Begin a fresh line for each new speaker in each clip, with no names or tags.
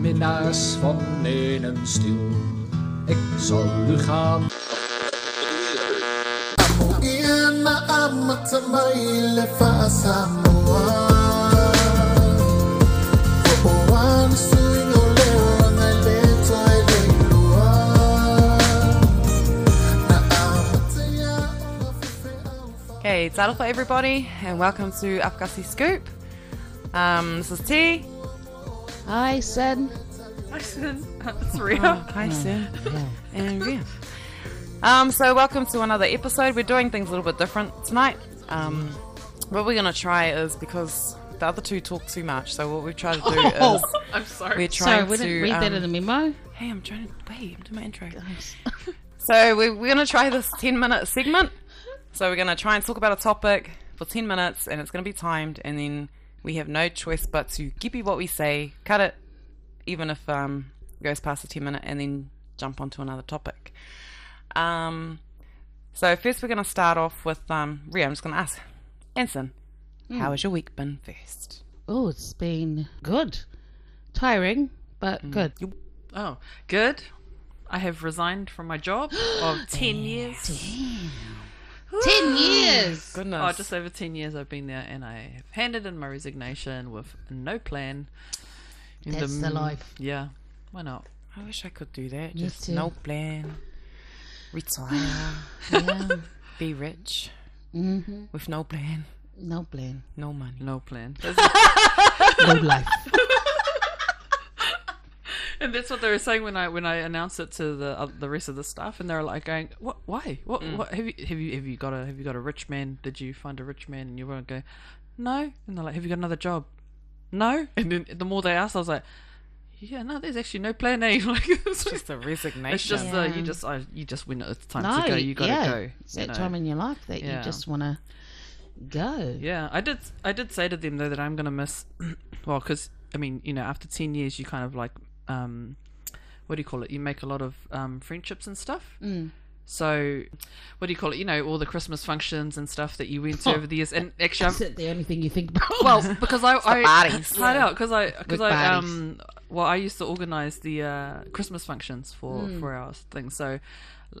Minnaars van een stil, ik zal u gaan.
In my amat may lefasa moa. Oan suing ole ang aleto ay leilua. Na amataya ang mafife alfa.
Hey, tarafa everybody, and welcome to Afghasi Scoop. Um, this is T.
I said,
It's Ria. hi, Sue. And Ria. Um, so welcome to another episode. We're doing things a little bit different tonight. Um,
Mm.
what we're gonna try is because the other two talk too much. So what we try to do is
I'm sorry.
we're
Oh, sorry,
trying
we didn't
to
read that
um,
in the memo.
Hey, I'm trying to wait. I'm doing my intro. So we're, we're going to try this 10 minute segment. So we're going to try and talk about a topic for 10 minutes and it's going to be timed and then we have no choice but to gippy what we say, cut it, even if um, it goes past the 10 minute and then jump onto another topic. Um, so first we're going to start off with um, Ria. I'm just going to ask Anson,
Hmm.
how has your week been first?
Oh, it's been good, tiring, but
Mm.
good.
Oh, good. I have resigned from my job of 10 years.
Ten years.
Goodness.
Oh, just over 10 years I've been there and I have handed in my resignation with no plan. In
That's the
m-
life.
Yeah. Why not?
I wish I could do that.
Me
Just
too.
no plan. Retire.
yeah,
Be rich.
Mm-hmm.
With no plan.
no plan,
No money.
No plan.
no life.
and that's what they were saying when I when I announced it to the uh, the rest of the staff and they were like going, "What why? What what have you have you have you got a have you got a rich man? Did you find a rich man?" And you were go, "No." And they're like, "Have you got another job?" No. And then the more they asked, I was like, "Yeah, no, there's actually no plan A." Like it's just
It's a resignation.
It's just uh, you
Yeah.
just uh, you just when it's time
No,
to go, you gotta
yeah,
go.
It's
you
that
know.
time in your life that
Yeah.
you just want to go.
Yeah, I did. I did say to them though that I'm gonna miss. Well, because I mean, you know, after ten years, you kind of like, um, what do you call it? You make a lot of um, friendships and stuff. Mm. So, what do you call it? You know, all the Christmas functions and stuff that you
Oh.
went to over the years. And actually,
Is
I've,
it the only thing you think about?
well, because I, I
parties.
I know because I because
With
I
parties.
um well I used to organise the uh, Christmas functions for
Hmm.
for our thing. So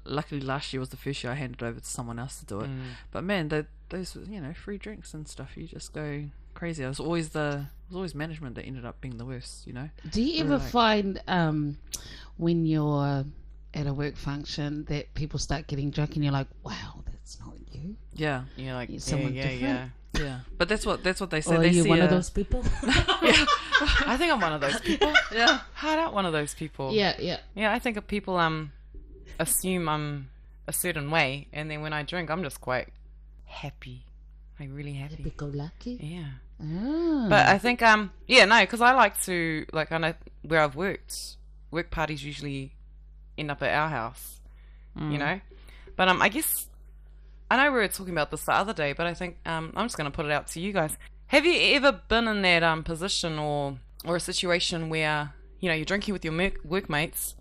luckily last year was the first year I handed over to someone else to do it.
Hmm.
But man, tho- those were, you know free drinks and stuff. You just go crazy. I was always the it was always management that ended up being the worst. You know.
Do you ever find um, when you're at a work function that people start getting drunk and you're like, wow, that's not you?
Yeah.
You're like, yeah,
someone
yeah,
different.
Yeah. But that's what that's what they say.
or are
they
you
see
one
a,
of those people?
yeah. I think I'm one of those people.
Yeah.
Hard out one of those people.
yeah, yeah.
Yeah, I think if people um assume I'm a certain way, and then when I drink, I'm just quite happy, like really happy.
Pico lucky.
Yeah.
Ah.
But I think um yeah no because I like to like I know where I've worked work parties usually end up at our house you know but um I guess I know we were talking about this the other day but I think um I'm just gonna put it out to you guys have you ever been in that um position or or a situation where you know you're drinking with your merc- workmates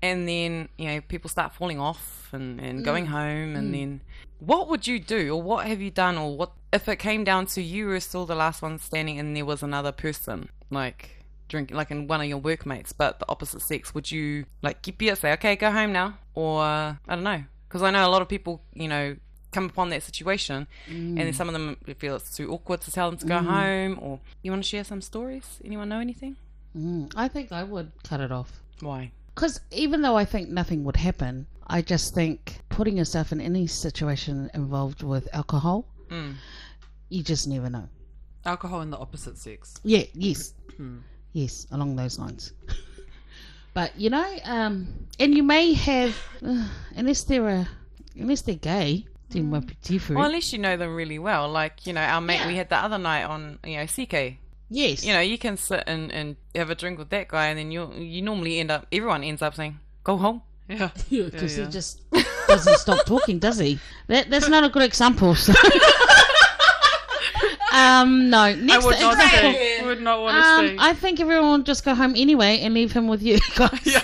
and then you know people start falling off and, and going home and then what would you do or what have you done or what if it came down to you were still the last one standing and there was another person like drinking like in one of your workmates but the opposite sex would you like keep it say okay go home now or i don't know because i know a lot of people you know come upon that situation and then some of them feel it's too awkward to tell them to go home or you want to share some stories anyone know anything
Mm, I think I would cut it off.
why
Because even though I think nothing would happen, I just think putting yourself in any situation involved with alcohol,
Hmm.
you just never know.
alcohol and the opposite sex.
Yeah, yes.
Hmm.
Yes, along those lines. but, you know, um, and you may have, uh, unless they're, a, unless they're gay, then won't be different.
Hmm. Well, unless you know them really well, like you know our mate we had the other night on you know CK.
yes.
You know you can sit and, and have a drink with that guy, and then you you normally end up everyone ends up saying go home.
Yeah.
because he just doesn't stop talking, does he? That, that's not a good example. So. um, no. Next
I would not
example.
say. would not want to
Um,
see.
I think everyone will just go home anyway and leave him with you guys.
yeah.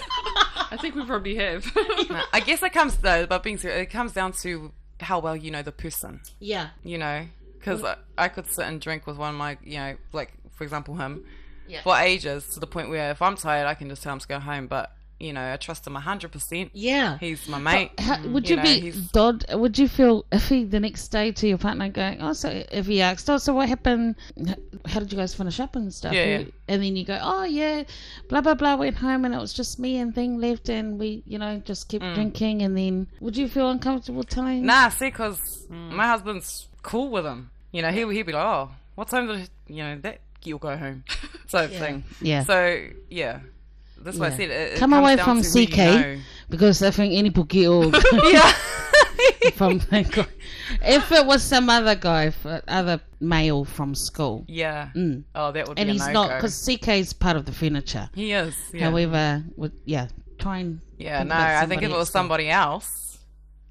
I think we probably have.
No, I guess it comes though, but being serious, it comes down to how well you know the person,
Yeah.
you know, because I, I could sit and drink with one of my, you know, like for example him,
Yeah.
for ages to the point where if I'm tired, I can just tell him to go home. But you know, I trust him hundred percent.
Yeah.
He's my mate.
How, would
you
you,
know,
be
he's-
Dodd? Would you feel iffy the next day to your partner going, "Oh, so if he asked, oh, so what happened? How did you guys finish up and stuff?"
Yeah, yeah.
And- And then you go, "Oh yeah, blah blah blah." Went home and it was just me and thing left, and we, you know, just
Mm.
kept drinking. And then, would you feel uncomfortable telling?
Nah, see, because my husband's cool with him. You know, he'll, he'll be like, oh, what time did, you know, that you'll go home sort of thing.
Yeah.
So, yeah. That's why I
Yeah.
said it. it
Come
comes
away
down
from
to who you
CK
know.
because I think any bookie or
yeah.
from that guy. If it was some other guy, f- other male from school,
yeah.
Mm.
Oh, that would
and
be
he's
a
not
no-go.
because CK is part of the furniture.
He is. Yeah.
However, would yeah, try and
yeah,
think
no,
about
I think if
somebody
it was
else, though.
somebody else,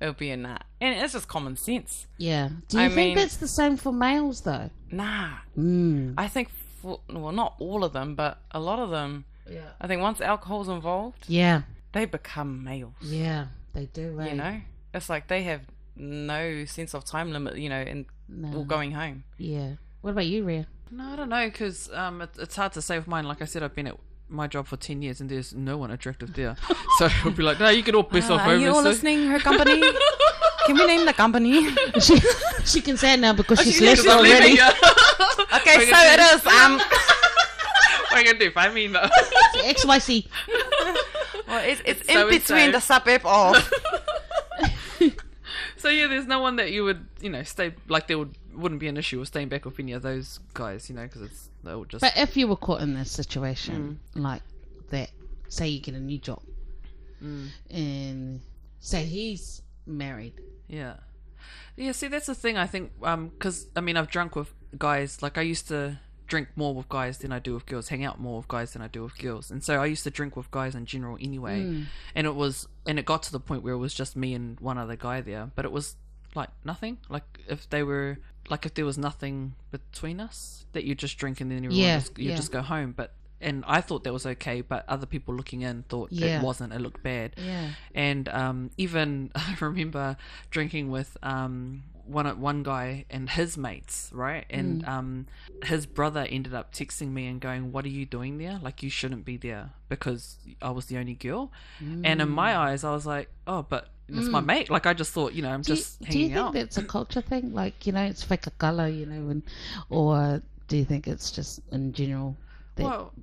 it would be a nah. And it's just common sense.
yeah. Do you
I
think
mean-
that's the same for males though?
Nah.
Mm.
I think, for, well, not all of them, but a lot of them,
Yeah.
I think once alcohol's involved,
Yeah.
they become males.
Yeah. They do. Right?
you know it's like they have no sense of time limit you know and
No.
all going home
Yeah. What about you, Rhea?
No, I don't know because um, it, it's hard to say with mine. Like I said, I've been at my job for ten years, and there's no one attractive there. so it'll be like, no, Uh, you can all
Ah,
piss off over. so-
her company can we name the company
she, she can say it now
Oh,
because she's
Yeah,
left
'cause I'm leaving,
already.
yeah.
okay so it is um
What are you gonna do? Find me no.
X Y C.
well, it's, it's, in
so
between
insane.
the suburb of
so yeah, there's no one that you would, you know, stay like there would wouldn't be an issue with staying back with any of those guys, you know, because it's they'll just
But if you were caught in this situation like that, say you get a new job, and say he's married.
Yeah. Yeah, see, that's the thing, I think, because, I mean, I've drunk with guys. Like, I used to drink more with guys than I do with girls, hang out more with guys than I do with girls. And so I used to drink with guys in general anyway.
Mm.
And it was, and it got to the point where it was just me and one other guy there. But it was, like, nothing. Like, if they were, like, if there was nothing between us, that you just drink and then everyone
Yeah,
just, you
yeah.
just go home. But, and I thought that was okay, but other people looking in thought
Yeah.
it wasn't. It looked bad
Yeah.
and um, even I remember drinking with um, one one guy and his mates, right? And
Mm.
um, his brother ended up texting me and going, "What are you doing there? Like you shouldn't be there because I was the only girl." And in
Mm.
my eyes, I was like, "Oh, but it's my mate." Like I just thought, you know, I'm
Do you,
just
do you
hanging
think
out.
that's a culture thing? Like, you know, it's fake a colour, you know, and, or do you think it's just in general? That,
Well,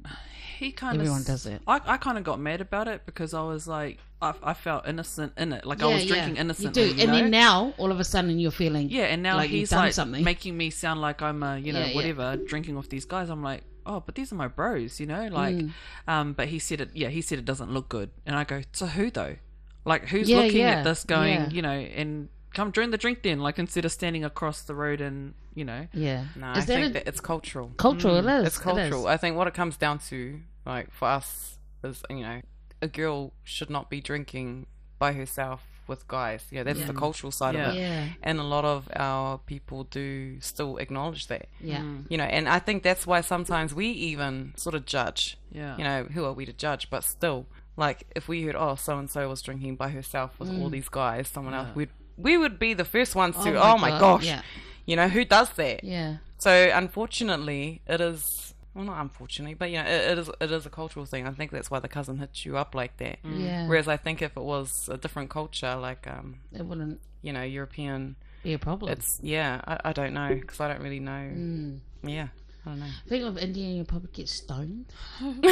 he kind of
Everyone does it.
I, I kind of got mad about it because I was like, I, I felt innocent in it. Like I was drinking innocently.
You do, and
know?
then now all of a sudden you're feeling
Yeah, and now
like you've
he's
done
like
something.
making me sound like I'm a you know
Yeah, yeah.
whatever drinking off these guys. I'm like, oh, but these are my bros, you know. Like, um, but he said it. Yeah, he said it doesn't look good, and I go, so who though? Like, who's
Yeah,
looking
yeah,
at this going,
yeah.
you know, and come join the drink then, like instead of standing across the road and you know,
yeah.
no i
Is that
think
a-
that it's cultural
cultural? it is.
it's cultural
It
i think what it comes down to like for us is you know a girl should not be drinking by herself with guys you know that's the cultural side
Yeah.
of
is.
it
Yeah.
and a lot of our people do still acknowledge that
Yeah.
you know and i think that's why sometimes we even sort of judge
yeah,
you know who are we to judge but still like if we heard oh so and so was drinking by herself with
Mm.
all these guys someone else we'd we would be the first ones to oh my
God,
gosh
Yeah.
you know who does that
Yeah.
so unfortunately it is well not unfortunately but you know it, it is it is a cultural thing i think that's why the cousin hits you up like that
Yeah.
whereas i think if it was a different culture like um
it wouldn't
you know european
be a problem.
it's yeah i, I don't know because i don't really know
Mm.
yeah i don't know
I think of India, you probably get stoned.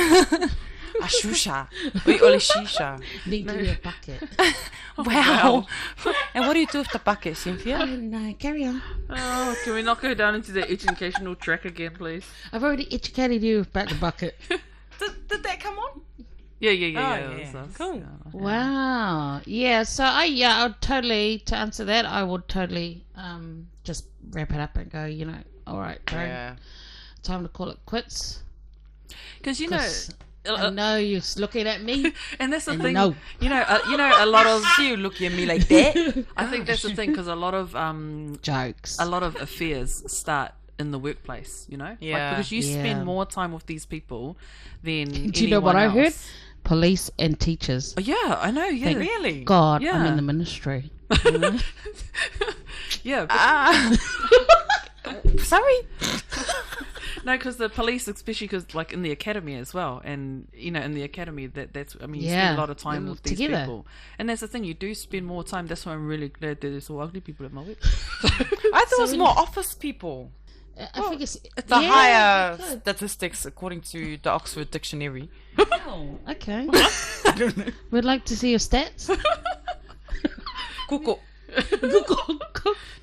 Ashusha. We all shisha.
Then give you a bucket.
Wow. and what do you do with the bucket, Cynthia?
and uh, carry on.
Oh, can we not go down into the educational track again, please?
I've already educated you about the bucket.
Did, did that come on?
Yeah, yeah, yeah,
Oh,
yeah.
yeah.
that's us,
Cool.
yeah.
Wow. Yeah. So I yeah, I would totally to answer that. I would totally um just wrap it up and go. You know, all right, bro,
Yeah.
time to call it quits.
Because you know,
'Cause
uh,
I know you're looking at me.
and that's the thing.
no.
You know, uh, you know, a lot of
You looking at me like that?
I think that's the thing because a lot of um,
Jokes.
a lot of affairs start in the workplace, you know?
Yeah.
Like, because you
Yeah.
spend more time with these people than.
Do you know what I
anyone
heard?
else.
Police and teachers.
Oh, yeah, I know. Yeah.
Really?
God, I'm
Yeah.
in the ministry.
Yeah. but-
Ah. Sorry.
No, because the police, especially because like in the academy as well, and you know in the academy that that's I mean you
Yeah,
spend a lot of time
they're
with these
together.
people, and that's the thing you do spend more time. That's why I'm really glad that there's all ugly people at my work.
I thought it was more office people.
Uh, I think it's
The
yeah, oh
higher
good.
statistics according to the Oxford Dictionary.
Okay.
I don't know.
We'd like to see your stats.
Kuko.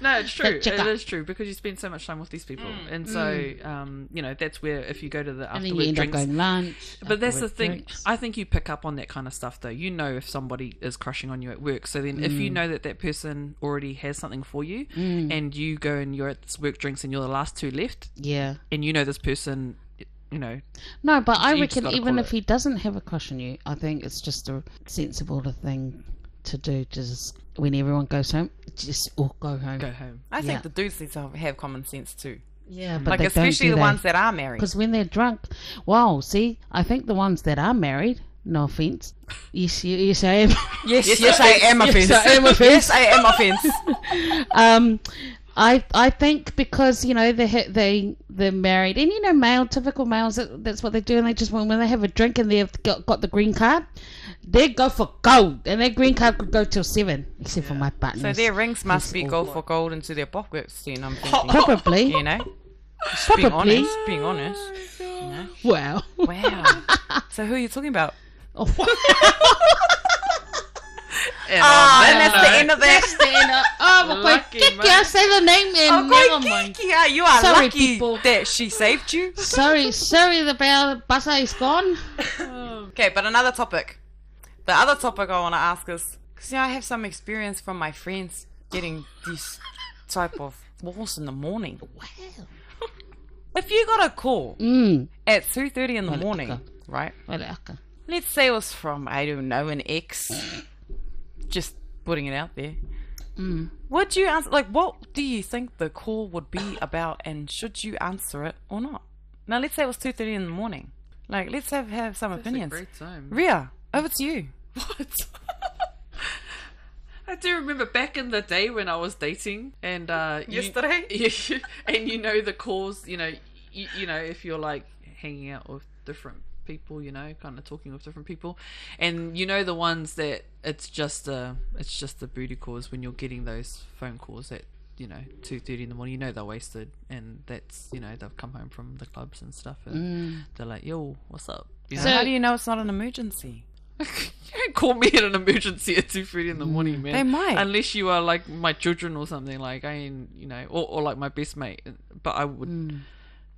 no, it's true. It
checker.
is true because you spend so much time with these people, and so um, you know that's where if you go to the
Mm. and then you
afterward
end up
drinks.
going lunch.
But that's the
afterward
thing.
drinks.
I think you pick up on that kind of stuff, though. You know if somebody is crushing on you at work. So then, if
Mm.
you know that that person already has something for you, and you go and you're at this work drinks, and you're the last two left,
Yeah.
and you know this person, you know,
No, but I
you just
reckon
gotta
even
call
if
it.
he doesn't have a crush on you, I think it's just a sensible thing to do. Just when everyone goes home, just all go home.
go home.
I think
Yeah.
the dudes need to have common sense too.
Yeah, but
Like
they
especially the
don't do that.
ones that are married.
Because when they're drunk, wow, see, I think the ones that are married, no offense, yes, you- yes, I am.
Yes, yes, I am offense.
I am
yes, I am offense.
um, I I think because you know they ha- they they're married, and you know male typical males that, that's what they do, and they just when when they have a drink and they've got, got the green card, they go for gold, and their green card could go till seven, except for my partner.
so their rings must
Yes,
be
all
go for gold into their pockets. Then I'm thinking,
probably
you know, Just being
Probably.
honest, being honest.
wow.
Wow. so who are you talking about?
Oh,
And
Ah,
Oh,
and
on that
that's the end of that.
Stand up. Oh, my
Lucky
God.
man.
say the name
Oh,
and never
great
mind.
Kiki, ah, you are
Sorry,
lucky
people.
that she saved you.
Sorry, sorry, the bell buzzer is gone.
Okay, but another topic. The other topic I want to ask is because you know, I have some experience from my friends getting this type of walls in the morning.
Wow.
If you got a call
Mm.
at two thirty in the
Well,
morning,
okay.
right?
Well, okay.
Let's say it was from I don't know an ex. Just putting it out there. Would you answer? Like, what do you think the call would be about, and should you answer it or not? Now, let's say it was two thirty in the morning. Like, let's have have some
note, it's a
opinions.
great time.
Ria, over to you.
What? I do remember back in the day when I was dating, and uh, you-
Yesterday?
you- and you know the calls. You know, you, you know if you're like hanging out with different people, you know, kind of talking with different people, and you know the ones that it's just a, it's just the booty calls when you're getting those phone calls at you know two thirty in the morning. You know they're wasted, and that's you know they've come home from the clubs and stuff, and they're like, "Yo, what's up?" You know?
So-
How do you know it's not an emergency?
you don't call me at an emergency at two thirty in the morning, man.
They might.
unless you are like my children or something. Like I ain't, you know, or, or like my best mate. But I would,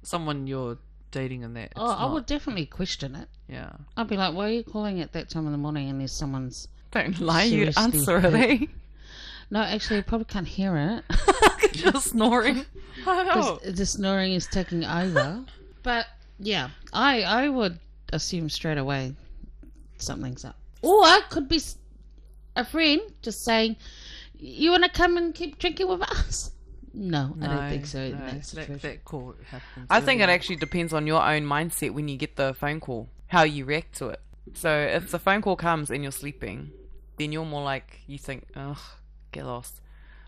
someone you're dating in that. It's
Hmm. Oh, I
not-
would definitely question it.
Yeah.
I'd be like, why are you calling at that time in the morning unless someone's.
Don't lie, you
Seriously,
answer it, eh?
like- No, actually, you probably can't hear it.
You're snoring.
Oh.
because the snoring is taking over. but yeah, I I would assume straight away something's up. Or it could be s- a friend just saying, "You want to come and keep drinking with us?" No, I don't think so. in
no,
that situation.
that, that call happens.
I think it
early.
actually depends on your own mindset when you get the phone call, how you react to it. So if the phone call comes and you're sleeping, then you're more like you think, ugh, get lost.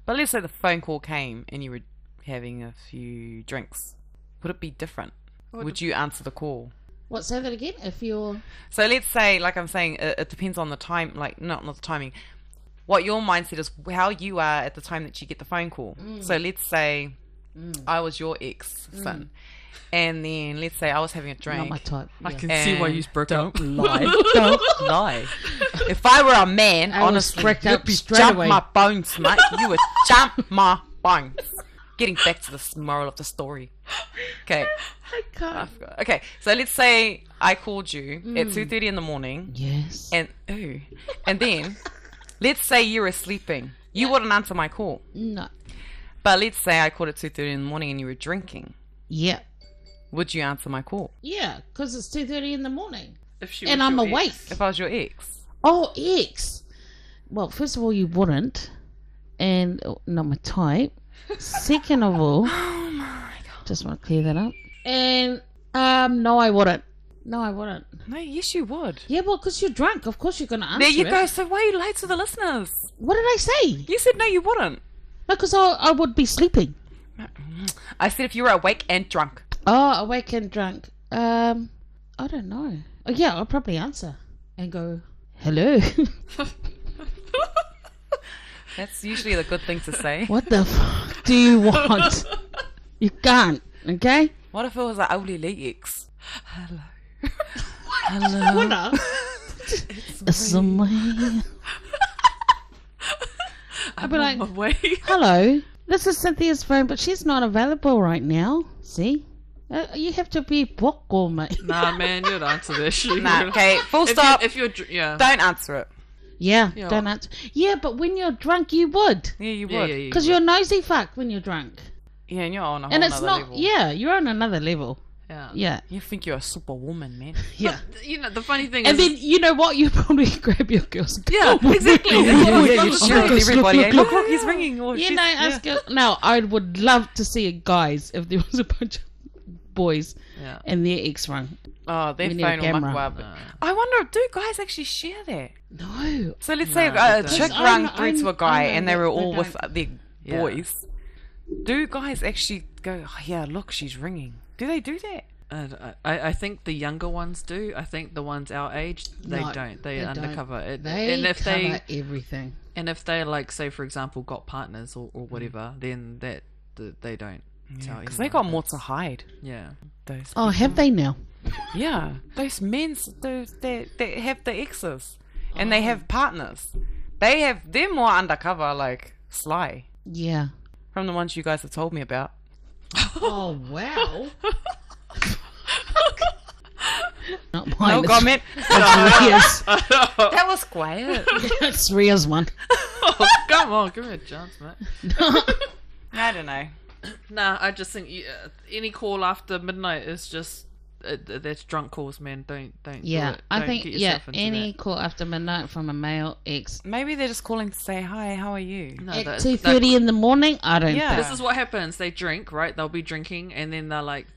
But let's say the phone call came and you were having a few drinks. Would it be different?
Would
Would you answer the call?
What? Say that again. If you're
So let's say, like I'm saying, it, it depends on the time, like not not the timing. What your mindset is, how you are at the time that you get the phone call. So let's say I was your ex son, and then let's say I was having a drink.
not my type,
I
yeah.
can see why
And
you broke up.
lie, don't lie. If I were a man,
I would
honestly,
break
you'd
up
be
straight
jump
away.
my bones, mate. You would jump my bones. Getting back to the moral of the story. Okay. I forgot. Okay, so let's say I called you at two thirty in the morning,
yes.
and ooh, and then let's say you were sleeping. You wouldn't answer my call,
no.
but let's say I called at two thirty in the morning and you were drinking.
Yeah.
Would you answer my call
Yeah, because it's two thirty in the morning,
If she
and
was
I'm
your
awake.
ex.
if I was your ex?
Oh, X. Well, first of all, you wouldn't, and oh, not my type. Second of all, Just want to clear that up. And um, no, I wouldn't. No, I wouldn't.
No, yes, you would.
Yeah, well, because you're drunk. Of course, you're gonna answer.
There you
it.
go. So why are you late to the listeners?
What did I say?
You said no, you wouldn't.
No, because I, I would be sleeping.
I said if you were awake and drunk.
Oh, awake and drunk. Um, I don't know. Oh, yeah, I'll probably answer and go, "Hello."
That's usually the good thing to say.
what the fuck do you want? you can't. Okay.
What if it was like Auli Leeks?
Hello. it's me. I'd be like,
Away.
hello. This is Cynthia's phone, but she's not available right now. See? Uh, you have to be vocal, mate.
nah, man, you'd answer that shit.
Nah, okay, full
If you-
stop.
if you're, dr- yeah.
Don't answer it.
Yeah,
Yeah.
don't answer. Yeah, but when you're drunk, you would.
Yeah, you
yeah,
would.
yeah,
Yeah,
yeah,
Because you're nosy fuck when you're drunk.
and you're on a whole
And it's
nother
not,
level.
yeah, you're on another level.
yeah.
Yeah,
You think you're a superwoman, man.
yeah.
You know, the funny thing
And
is,
then, you know what? You probably grab your girl's
Yeah, exactly. That's what I was
yeah,
about
you
to
should
say.
with everybody. eh? Look, look, he's ringing. Oh,
You
she's-
know, ask girl now. I would love to see guys if there was a bunch of boys
Yeah.
and their ex rung.
Oh, their
We need a
phone will
camera.
muck up.
Nah.
I wonder, do guys actually share that?
No,
So let's say
No,
a, a
they don't.
chick
I'm-
rang through
I'm-
to a guy
I know
and they
that
were
they
all with
don't.
their
Yeah.
boys. Do guys actually go, oh, yeah, look, she's ringing? Do they do that?
And I, I I think the younger ones do. I think the ones our age, they
No,
don't. They,
they
undercover
don't.
it.
They
and if
cover
they
everything.
and if they like say for example got partners or, or whatever, then that th- they don't. tell
Because they got
anyone.
more to hide.
Yeah.
Those,
Oh, have they now?
yeah, those men those, that, that have the exes and they have partners. They have, they're more undercover, like sly
Yeah.
from the ones you guys have told me about.
Oh wow. Not mine.
No
it's-
comment.
It's Ria's.
That was quiet.
it's Ria's one.
Come on, give me a chance, mate.
I don't know.
Nah, I just think you, uh, any call after midnight is just uh, th- that's drunk calls, man. Don't don't. do
Yeah,
it.
I
Don't
think
get
yeah.
yourself into
Any
that.
call after midnight from a male ex
Maybe they're just calling to say hi. How are you?
No,
at
that-
two
that-
thirty in the morning. I don't.
Yeah.
think.
This is what happens. They drink, right? They'll be drinking, and then they're like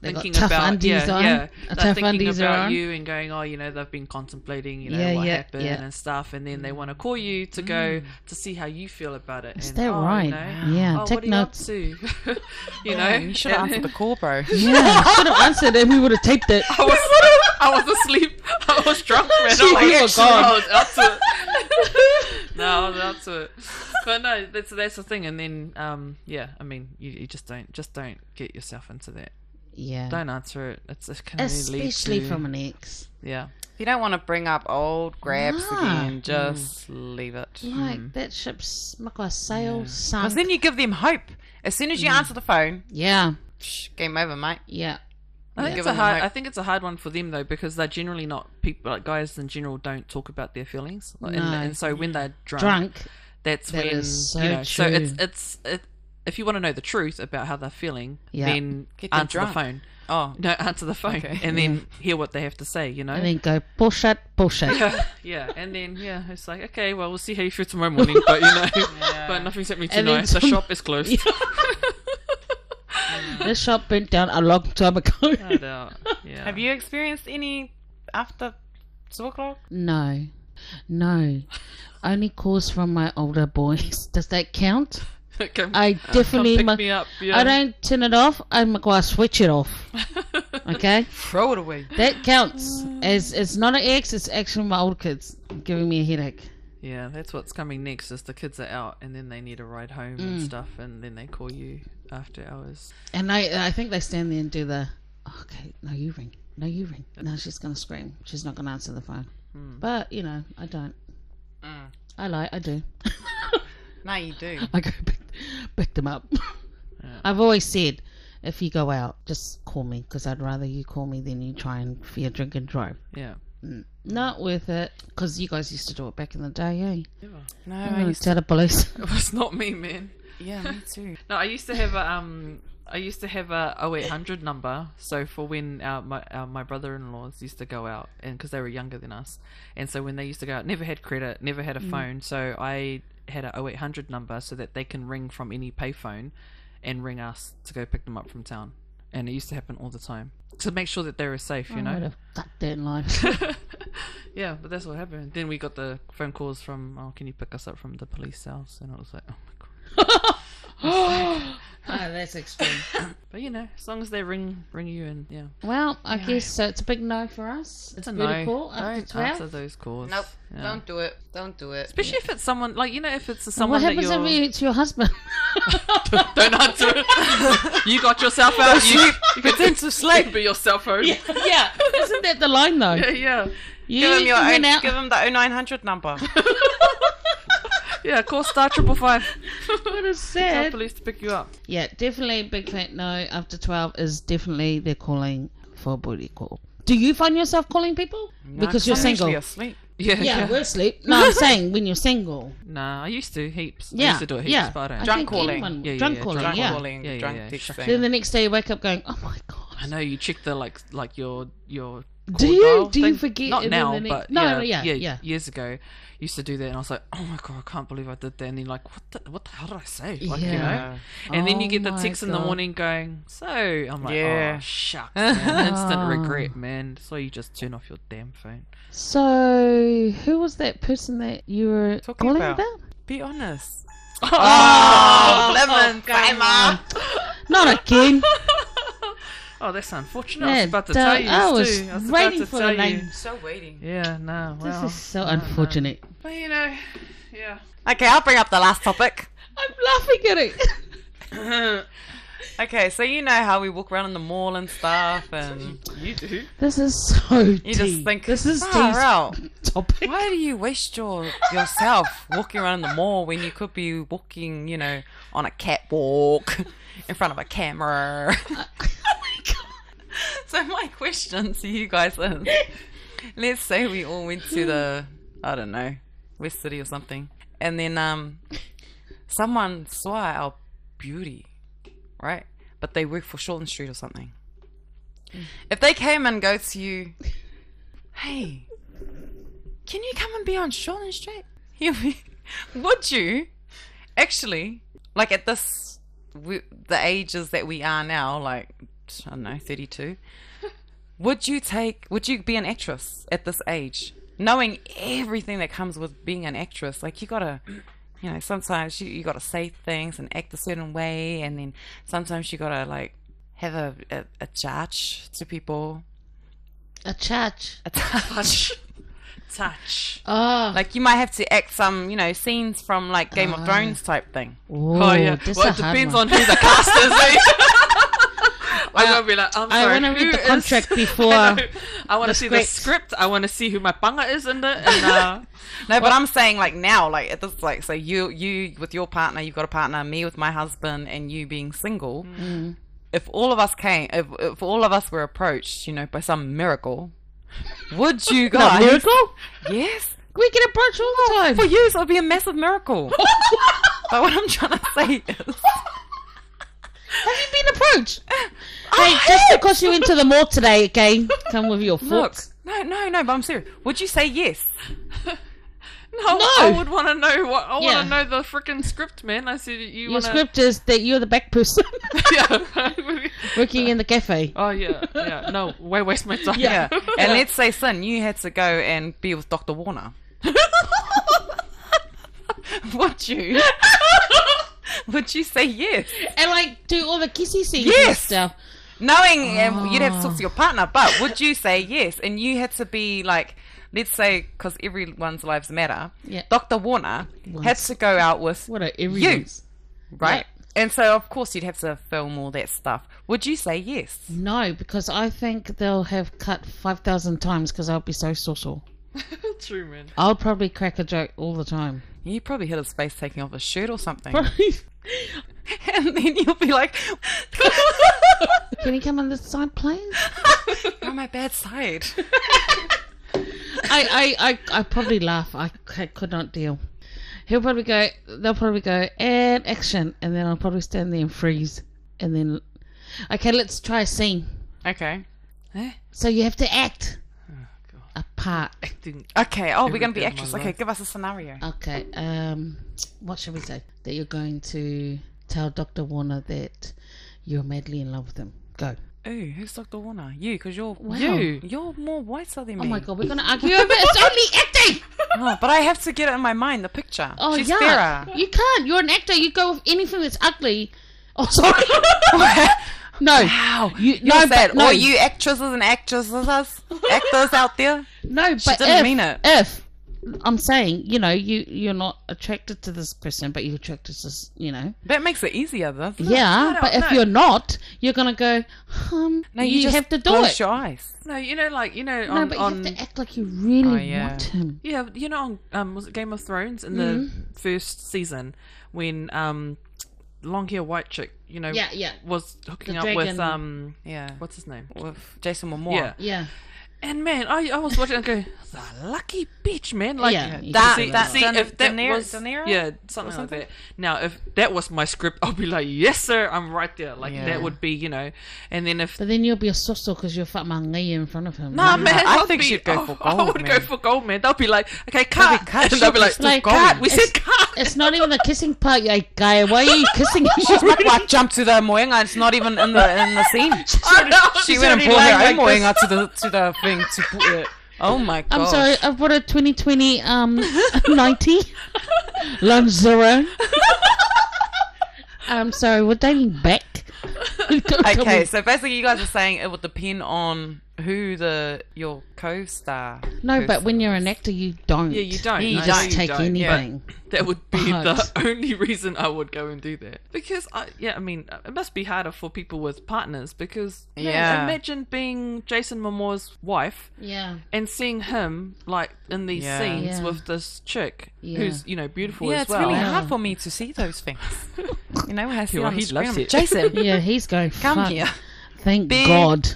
They got
thinking
tough
about
undies
yeah,
on.
yeah.
Uh,
They're
tough
thinking
undies are
about
on.
you and going, oh, you know, they've been contemplating, you know,
Yeah,
what
yeah,
happened
yeah. Mm.
and stuff, and then they want to call you to go to see how you feel about it. Is and,
that
oh,
right?
You know,
Yeah,
Oh,
take
what are you up
notes.
to? you know,
Yeah, you should have
and
answered the
then-
call, bro.
Yeah, I should have answered and we would have taped it.
I was, I was asleep. I was drunk, man. I'm like,
you were
actually, I
gone.
was up to it. no, I was up to it. But no, that's that's the thing. And then, um, yeah, I mean, you, you just don't just don't get yourself into that.
Yeah.
Don't answer it. It's it can really lead
Especially
to-
from an ex.
yeah.
You don't want to bring up old grabs
Nah.
again. Just leave it.
Like
Hmm.
that ship's like a sail sunk.
Because then you give them hope. As soon as you answer the phone,
yeah,
psh, game over, mate.
yeah.
I think, it's
Given
a
the
hard,
hope.
I think it's a hard one for them though because they're generally not people like guys in general don't talk about their feelings Like, and,
No.
and so when they're drunk,
Drunk.
that's
That
when
is so
you know so
true.
it's it's it, if you want to know the truth about how they're feeling
Yeah.
then
Get them
answer
drunk.
the phone
Oh,
no answer the phone
Okay.
and then hear what they have to say you know
And then go bullshit, bullshit.
yeah and then yeah it's like okay well we'll see how you feel tomorrow morning but you know but nothing's happening
And then
tonight the
some-
shop is closed
this shop burnt down a long time ago.
I doubt. yeah
have you experienced any after two o'clock?
No, no. Only calls from my older boys. Does that count?
Come-
I definitely.
pick
mu-
me up, yeah.
I don't turn it off. I'm gonna switch it off. Okay.
Throw it away.
That counts. As it's not an ex, it's actually my old kids giving me a headache.
Yeah, that's what's coming next is the kids are out and then they need a ride home and stuff and then they call you after hours.
And I I think they stand there and do the "Oh, okay, no you ring. No you ring. No, she's gonna scream. She's not gonna answer the phone. But, you know, I don't. I lie, I do.
No, you do.
I go pick, pick them up. I've always said, if you go out, just call me because I'd rather you call me than you try and fear drink and drive.
Yeah.
Not worth it because you guys used to do it back in the day, eh?
No,
I'm
I
gonna
used
tell the police.
It was not me, man.
yeah, me too.
No, I used to have a um I used to have a 0800 number, so for when our, my our, my brother-in-laws used to go out, and because they were younger than us, and so when they used to go out, never had credit, never oh had a phone, so I had a 0800 number so that they can ring from any payphone, and ring us to go pick them up from town. And it used to happen all the time to make sure that they were safe, you
I would
know.
have cut that life.
yeah, but that's what happened. Then we got the phone calls from, "Oh, can you pick us up from the police cells?" And I was like, "Oh my god."
oh, that's extreme.
But you know, as long as they ring ring you and yeah,
Well, I guess so. It's a big no for us. It's,
a
a
no.
call after
Don't
twelve.
answer those calls.
Nope.
Yeah.
Don't do it. Don't do it.
Especially if it's someone like you know, if it's
What
someone that
happens
you're.
if it's your husband?
Don't answer it. you got your cell phone. You, you pretend to sleep, but your cell phone. Yeah,
yeah, isn't that the line though?
yeah,
You
give him your own.
went out.
Give him the 0900 number.
yeah. Call star triple five.
what is
Tell
sad.
police to pick you up.
Yeah, definitely big fat no after twelve is definitely they're calling for a booty call. Do you find yourself calling people because you're
I'm usually
single?
asleep.
Yeah,
Yeah, we're asleep. No, I'm saying when you're single.
Nah, I used to heaps. I
Yeah,
used to do it heaps,
yeah.
but I don't.
Drunk
think
calling.
anyone-
Yeah, yeah,
drunk
yeah,
calling.
Drunk
yeah.
calling,
Yeah, yeah,
drunk
yeah.
texting.
Then the next day you wake up going, oh my god.
I know you check the like like your your.
Do
call
you-
dial
do you
thing.
forget
Not
and then
now,
the next-
but
No,
yeah,
no, yeah, yeah.
Years ago, used to do that, and I was like, oh my god, I can't believe I did that. And then like, what the what the hell did I say? Like, you know.
Yeah.
And then you
Oh
get the
my
text in the
God.
morning going, so I'm like,
Yeah.
oh shucks, man. instant regret, man. So you just turn off your damn phone.
So who was that person that you were
Talking
calling
about.
about?
Be honest.
Oh,
lemon, Kramer.
Not again.
Oh, that's unfortunate. I was
Yeah,
about to
duh,
tell you.
I
Stu.
was
I was
waiting
about to
for
tell
the
you.
name.
So waiting.
Yeah, no. Well,
this is so unfortunate.
but you know, yeah.
Okay, I'll bring up the last topic.
I'm laughing at it.
Okay, so you know how we walk around in the mall and stuff, and you do.
This is so
You just think
this is
far
T's
out.
topic.
Why do you waste your yourself walking around in the mall when you could be walking, you know, on a catwalk in front of a camera?
Oh
so my question to you guys is: Let's say we all went to the, I don't know, West City or something, and then um, someone saw our beauty, right? But they work for Shorten Street or something. If they came and go to you, hey, can you come and be on Shorten Street? You'll be- Would you actually like at this we, the ages that we are now, like I don't know, thirty two? Would you take? Would you be an actress at this age, knowing everything that comes with being an actress? Like you gotta. You know, sometimes you, you gotta say things and act a certain way, and then sometimes you gotta like have a, a, a judge to people.
A church.
A touch.
Touch.
Oh,
Like you might have to act some, you know, scenes from like Game of Thrones type thing.
Oh, yeah.
This
well, it
is a hard
depends
one.
on who the cast is. eh? I'm gonna be like, I'm
Uh, I
sorry.
wanna read
who
the
is-
contract before
I, know. I want to
the
see the
script.
script. I want to see who my panga is in it. And, uh,
No, but I'm saying like now, like at this, like so you you with your partner, you've got a partner, me with my husband, and you being single. If all of us came, if, if all of us were approached, you know, by some miracle, would you guys?
miracle?
Yes,
We get approached all the time.
Oh, for you, it would be a massive miracle. but what I'm trying to say is,
Have you been approached?
Oh,
hey, just because you went to the mall today, okay? Come with your
look,
thoughts.
no, no, no, but I'm serious. Would you say yes?
no,
No.
I would want to know what. I
Yeah.
want to know the freaking script, man. I said you
Your
want to.
script is that you're the back person
yeah.
working in the cafe.
oh yeah, yeah. No, way waste my time.
Yeah. And let's say, Sin, you had to go and be with Dr. Warner. would you? would you say yes?
And like do all the kissy scenes and
Yes.
stuff.
Knowing um, you'd have to talk to your partner, but would you say yes? And you had to be like, let's say, because everyone's lives matter,
Yeah.
Dr. Warner had to go out with,
What a
You.
everything.
right? And so, of course, you'd have to film all that stuff. Would you say yes?
No, because I think they'll have cut 5,000 times because I'll be so social.
True, man.
I'll probably crack a joke all the time.
You probably hit his face taking off his shirt or something. and then you'll be like,
Can you come on this side, please?
on my bad side.
I, I, I, I probably laugh. I, I could not deal. He'll probably go, they'll probably go, and action. And then I'll probably stand there and freeze. And then, okay, let's try a scene.
Okay.
So you have to act a part.
Didn't-
Okay. Oh, we're
Every
gonna be
day of my
actors. Okay,
life.
give us a scenario.
Okay, um, what should we say? That you're going to Tell Dr. Warner that you're madly in love with him. Go.
Ooh, who's Dr. Warner? You, because you're
Wow.
you. You're more whiter than
Oh
me.
my god, we're going to argue over it. It's only acting!
Oh, but I have to get it in my mind. The picture.
Oh,
She's
yeah.
fairer.
You can't. You're an actor. You go with anything that's ugly. Oh, sorry. no.
Wow.
You-
no,
no,
that.
but no.
Or you actresses and actresses, actors out there.
No, but
didn't
if,
mean it.
If I'm saying, you know, you you're not attracted to this person, but you're attracted to, this, you know,
That makes it easier, doesn't it?
yeah.
no,
but if
no.
you're not, you're gonna go. Um,
No,
you,
you, just
have to do
close
it.
your eyes.
No, you know, like you know, on,
no, but
on
you have to act like you really
Oh, yeah.
want him.
Yeah, you know, on um, was it Game of Thrones in
Mm-hmm.
the first season when um, long hair white chick, you know,
Yeah, yeah.
was hooking
The
up
dragon.
with um,
Yeah.
what's his name?
With Jason Momoa.
Yeah,
Yeah,
and man, I, I was watching and go, the lucky bitch, man, like.
yeah. you
that-
can see
that-
See
Dan-
if that
Daener-
was
Daenerys?
yeah something, like that. Now if that was my script, I'll be like yes sir, I'm right there. Like
Yeah.
that would be you know, and then if
But then you'll be a soso because you're fat mangi in front of him.
Nah, man.
I
I'll
think
be-
she'd go for
I
gold,
would
man.
go for gold, man. They'll be like, okay, cut.
cut,
and they'll be
she'll
like,
be like,
cut. We
It's-
said cut.
It's not even the kissing part. You're like, guy, why are you kissing?
She's like, what, jump to the moenga? It's not even in the in the scene.
I know,
She
she's
went and
already
brought her own
lying like this.
moenga to the to the thing to put it. Oh my god!
I'm sorry, I've bought a 2020 um 90 Lanzarote. I'm sorry, we're dating back. uh,
Okay, so basically, you guys are saying it would depend on who the your co-star.
no, but when you're an actor, you don't.
Yeah, you don't.
You don't.
No,
Just
you
take
don't. Yeah.
anything.
That would be
But-
the only reason I would go and do that. Because I, yeah, I mean, it must be harder for people with partners because man,
Yeah.
imagine being Jason Momoa's wife
Yeah.
and seeing him like in these
Yeah.
scenes
Yeah.
with this chick
Yeah.
who's you know beautiful
yeah,
as
it's
well.
really
Yeah.
hard for me to see those things. You know, when I see
Yeah,
on the
he
screen,
loves
I'm
it.
like, Jason,
Yeah, he's going.
come
"Fuck,
here,
Thank
Big-
God.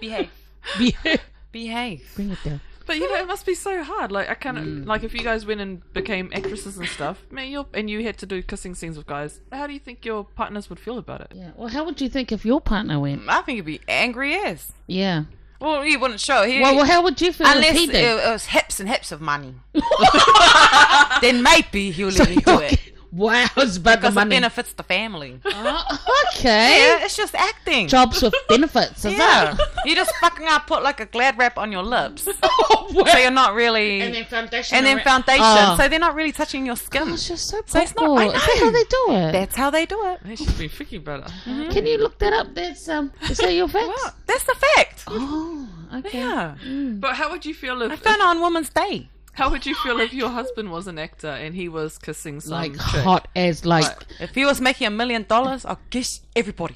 behave,
Behave.
behave.
Bring it down.
But you know, it must be so hard. Like I kind of
Mm.
like if you guys went and became actresses and stuff, man, you and you had to do kissing scenes with guys. How do you think your partners would feel about it?
Yeah. Well, how would you think if your partner went?
I think he'd be angry as.
Yeah.
Well, he wouldn't show. He,
Well, well how would you feel if
unless
he
it,
did?
it was hips and hips of money, then maybe he'll let me do it
wow, it's about the
because it
money.
benefits the family.
Oh, okay.
Yeah, uh, it's just acting.
Jobs with benefits, is
Yeah,
it?
you just fucking up, put like a glad wrap on your lips,
oh,
so you're not really.
and then Oh, foundation.
and then foundation.
Oh.
So they're not really touching your skin.
Gosh, you're so
So it's not-
cool.
I
Is that
know.
how they do it?
That's how they do it.
I should be thinking about it.
Can you look that up? That's um. Is that your facts?
Well, that's the fact.
Oh, okay. Mm.
Yeah.
But how would you feel
I
if,
found out on Women's Day.
how would you feel if your husband was an actor and he was kissing some
Like
chick?
hot as like
Right.
If he was making a million dollars, I'll kiss everybody.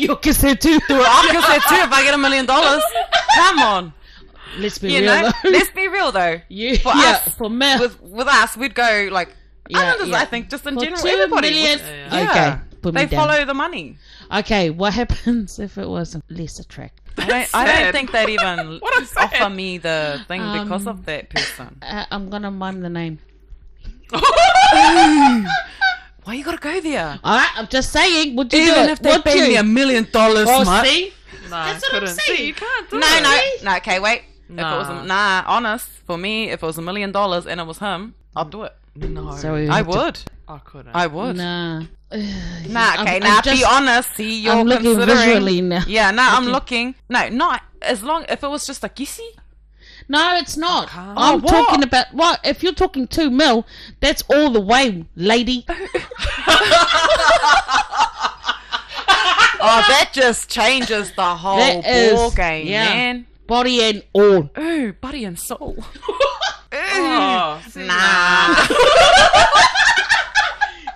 you'll kiss her too.
I'll kiss her too if I get a million dollars. Come on.
Let's be
You
real.
know?
though.
Let's be real though.
yeah,
for
yeah,
us,
for me.
With with us, we'd go like I
Yeah,
don't know,
yeah.
I think just in
For
general
two
everybody. would-
million-
Yeah,
Yeah.
Okay, put me
They
down.
follow the money.
Okay, what happens if it was less attractive?
I don't, I don't
sad.
think they'd even
What a sad-
offer me the thing because
Um,
of that person.
Uh, I'm gonna mime the name.
Why you gotta go there?
All right, I'm just saying. Would you
Even
do
if
it?
they
Would
pay
you?
me a million dollars,
Oh,
mate.
see?
Nah,
That's what I'm
couldn't.
saying.
See, you can't do
No,
it.
no, no. Okay, wait. If it was
Nah.
a, nah, honest for me, if it was a million dollars and it was him, I'd do it.
no.
So we
I
have to-
would.
I couldn't.
I would.
Nah.
Nah,
I'm-
okay,
I'm
nah.
just-
be honest. See, you're
I'm looking
considering.
visually now.
Yeah, nah. I'm looking. No, not as long. If it was just a kissy,
No, it's not.
can't.
Oh,
I'm
what?
talking about well, if you're talking two mil, that's all the way, lady.
oh, that just changes the whole
That is-
ball game,
yeah.
man.
Body and all.
Ooh, body and soul. Ooh,
Oh, see,
nah,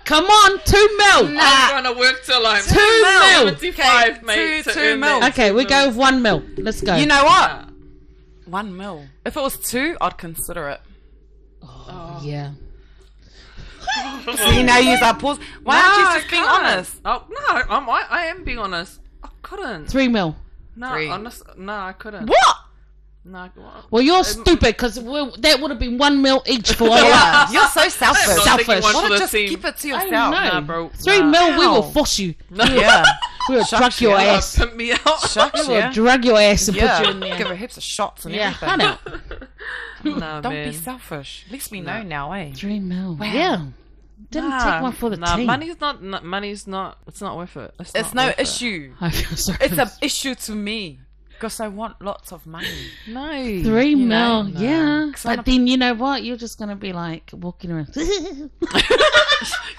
Come on, two mil.
I'm gonna work till I'm
Two mil.
seventy-five,
Okay, two-
mate. to
two
earn
mil.
that.
Okay, we go with one mil. Let's go.
You know what?
Nah.
One mil. If it was two, I'd consider it.
yeah.
You know, use our pause. Why
No,
aren't
I
you just being
can't.
honest?
Oh no, I'm, I, I am being honest. I couldn't.
Three mil.
No,
Three.
honest, no, I couldn't.
What?
No, I couldn't.
Well, you're stupid because that would have been one mil each for all of
Yeah,
us.
you're so selfish.
Not taking
Selfish.
one
Why
for
not
the
just
team.
keep it to
I
yourself?
know.
Nah, bro.
Three
nah.
mil, we will
Ow.
force you.
No.
Yeah.
We will drug
Shucks,
your
yeah.
ass.
Pimp me out.
Shucks,
We will
yeah.
drug your ass and
yeah.
put you in there.
Give her heaps of shots and
yeah,
everything.
hunt out.
nah,
Don't
man.
be selfish. At least we know now, eh?
Three mil.
Wow.
Yeah. Didn't
Nah,
take one for the
nah,
team.
Money's not. n- Money's not. It's not worth it. It's,
It's
not
no
worth it.
issue.
I feel sorry.
It's
for
an
this.
issue to me because I want lots of money.
No.
three
you know,
mil.
no.
Yeah,
'Cause I'm
but
not-
then you know what? You're just gonna be like walking around.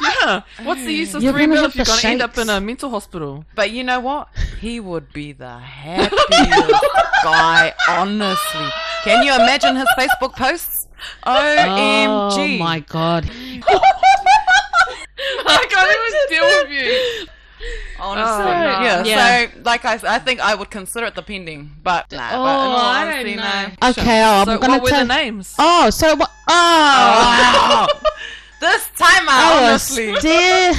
Yeah. What's the use of
You're
three
gonna
mil
have
if you're
the
gonna end up
shakes.
in a mental hospital?
Oh,
But you know what? He would be the happiest guy, honestly. Can you imagine his Facebook posts? OMG.
oh my god!
I can't even deal with you.
Honestly.
Oh, no.
yeah,
Yeah.
So, like I, s- I think I would consider it the pending. But, nah,
Oh,
but in all
I don't
honesty,
know.
no.
Okay, oh, I'm
So
gonna
what were
tell.
the names?
Oh, so what?
Oh, wow.
Oh,
this time
I
I
was
honestly.
dear,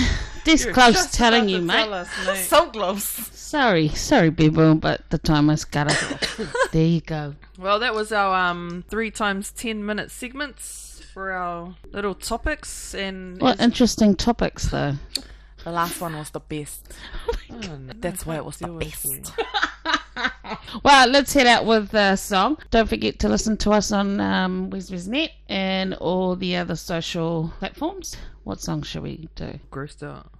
this close telling you, mate.
So close.
Sorry, sorry, people, but the time has got us. there you go.
Well, that was our um three times ten minute segments for our little topics and.
What interesting topics, though.
The last one was the best.
Oh
That's why it was the best.
Well, let's head out with a song. Don't forget to listen to us on um, Wes Wes Net and all the other social platforms. What song should we do?
Grossed out.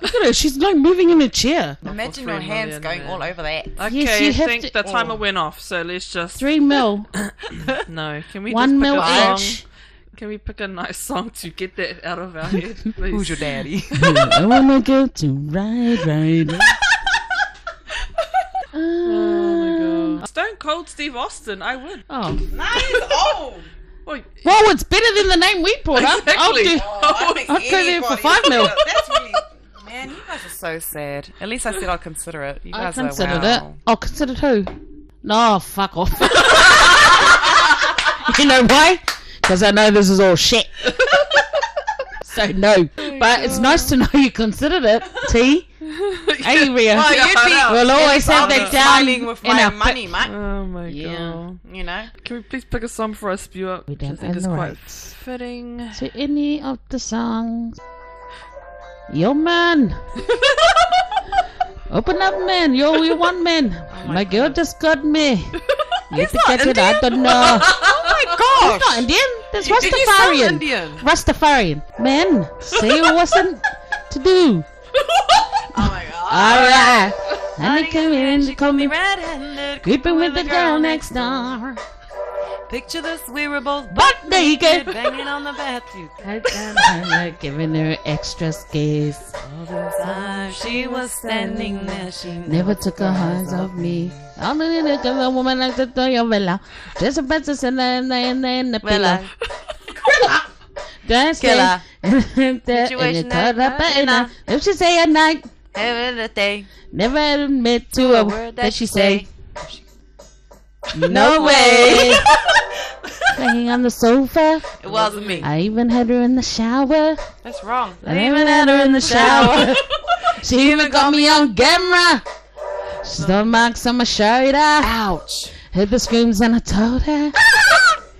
Look at her, she's like moving in a chair.
Imagine
three
your hands
million,
going
man.
all over that.
Okay,
Yes, you
I
have
think
to- Oh.
the timer went off, so let's just
Three mil,
no. Can we
one
just pick
mil
a song?
each.
Can we pick a nice song to get that out of our head? Please?
Who's your daddy?
I wanna go to ride, ride. Ah. ride.
Oh my god. Stone Cold Steve Austin, I would.
Oh,
Well,
well, it's better than the name we put up. I'll
Exactly.
do. I'll go there for five mil.
Man, you guys are so sad. At least I said I'll consider it. You
I
guys
considered
are wow.
it. Oh, considered who? No, fuck off. you know why? Because I know this is all shit. so no, but it's nice to know you considered it. T. Hey, Ria.
Well, you'd be
We'll always
I'll
have
be
that down
smiling with
in
my
our
money, mate.
Oh my
Yeah.
god.
You know.
Can we please pick a song before I spew up?
We
which I
don't
think
own
is
the
quite
rights.
fitting.
to any of the songs. Yo, man. Open up, man. Yo, you one man. Oh my girl just got me. You think I did? I don't know.
Oh
Not Indian. That's
Did you sound
Rastafarian.
Indian?
Rastafarian. Man, say it wasn't to do.
Oh my god.
Alright. And they come in and call me
Red-handed,
creeping with the girl next door.
Picture this, we were both
But naked.
banging on the bathroom.
I'm giving her extra scares.
Time she was standing there, she
Never took her hands off me. I'm a little girl, a woman like the Toyo Villa. Just a better sinner and then in the pillow. That's
Killer.
Situation.
Situation
Cut
that-
up at night. If she say at night,
Every day,
never admit to a word that she say. No way. Banging on the sofa.
It wasn't me.
I even had her in the shower.
That's wrong.
I even had her in the shower. she even got me on camera. She left marks on my shoulder.
Ouch.
Heard the screams and I told her.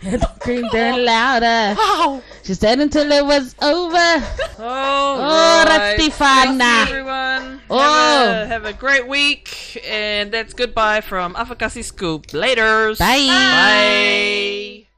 Heard the screams and louder.
Ow.
She said until it was over.
Oh,
Oh, Ratifana.
everyone.
Oh.
Have, a, have a great week, and that's goodbye from Afakasi Scoop. Laters.
Bye.
Bye.